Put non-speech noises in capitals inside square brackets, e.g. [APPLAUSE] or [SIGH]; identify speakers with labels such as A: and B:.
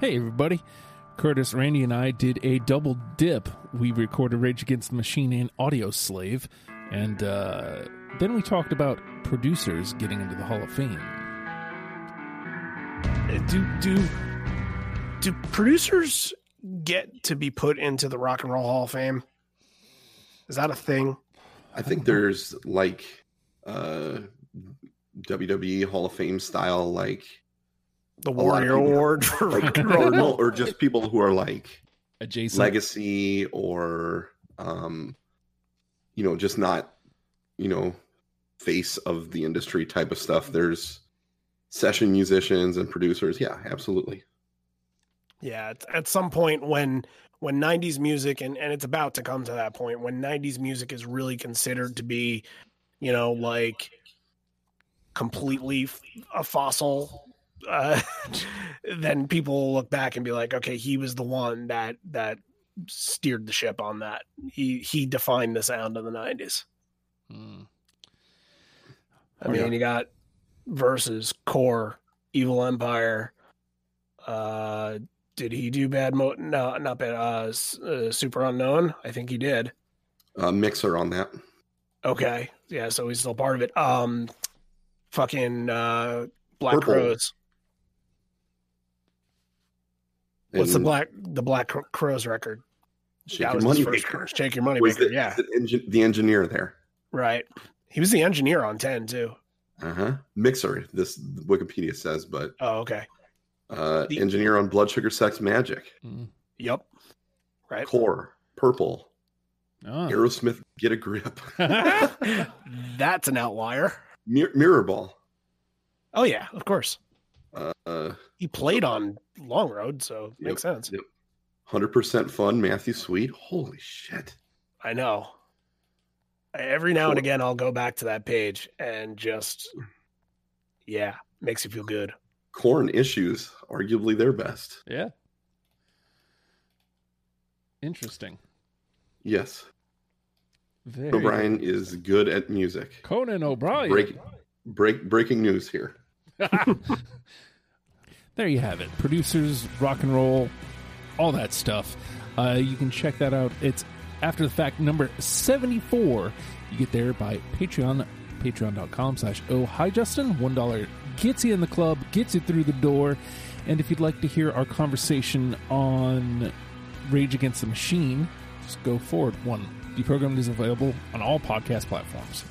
A: Hey, everybody. Curtis, Randy, and I did a double dip. We recorded Rage Against the Machine and Audio Slave, and uh, then we talked about producers getting into the Hall of Fame.
B: Uh, Do do do producers get to be put into the Rock and Roll Hall of Fame? Is that a thing?
C: I think
B: Uh-huh.
C: there's like uh WWE Hall of Fame style like
B: The
C: lot of
B: Warrior
C: people-
B: Award
C: [LAUGHS]
B: for
C: like
B: Rock and
C: or,
B: Roll.
C: no,
B: [LAUGHS]
C: or just people who are like
A: Adjacent.
C: legacy or um you know just not you know face of the industry type of stuff there's session musicians and producers yeah absolutely
B: Yeah, at, at some point when when 90s music and and it's about to come to that point when 90s music is really considered to be, you know, like completely f- a fossil uh [LAUGHS] then people will look back and be like, okay, he was the one that that steered the ship on that. He he defined the sound of the 90s.
A: Mm.
B: I
A: Oh,
B: mean,
A: yeah.
B: you got versus core evil empire. Uh, did he do bad? Mo- no, not bad. Uh, S- uh, super unknown. I think he did.
C: uh, mixer on that
B: Okay, yeah. So he's still part of it. Um, fucking uh, black
C: Purple.
B: crows. What's the
C: And
B: black the black Cro- crows record?
C: Shake
B: That was
C: Your
B: his
C: Money
B: first
C: Maker.
B: one. [LAUGHS] Shake your money
C: was
B: maker.
C: the,
B: yeah,
C: the, engin- the engineer there
B: right. He was the engineer on ten too.
C: uh-huh mixer this wikipedia says but
B: Oh, okay.
C: uh
B: The-
C: engineer on blood sugar sex magic
A: Mm.
C: [LAUGHS]
B: [LAUGHS] Yep. Right.
C: core purple
A: Ah. [LAUGHS]
C: aerosmith get a grip
B: That's an outlier.
C: Mir- mirror ball
B: Oh yeah, of course.
C: uh
B: he played on Long Road, so it
C: Yep.
B: makes sense.
C: Hundred percent fun, Matthew Sweet. Holy shit!
B: I know. I- Every now and
C: Cool.
B: again, I'll go back to that page and just, yeah, makes you feel good.
C: Corn issues, arguably their best.
A: yeah. Interesting.
C: Yes,
A: Very
C: O'Brien is good at music.
A: Conan O'Brien.
C: Break, break, breaking news here.
A: there you have it. Producers, rock and roll, all that stuff. Uh, you can check that out. It's after the fact number 74. You get there by Patreon, patreon.com slash oh hi Justin. $1 gets you in the club, gets you through the door. And if you'd like to hear our conversation on Rage Against the Machine, just go forward one. Deprogrammed is available on all podcast platforms.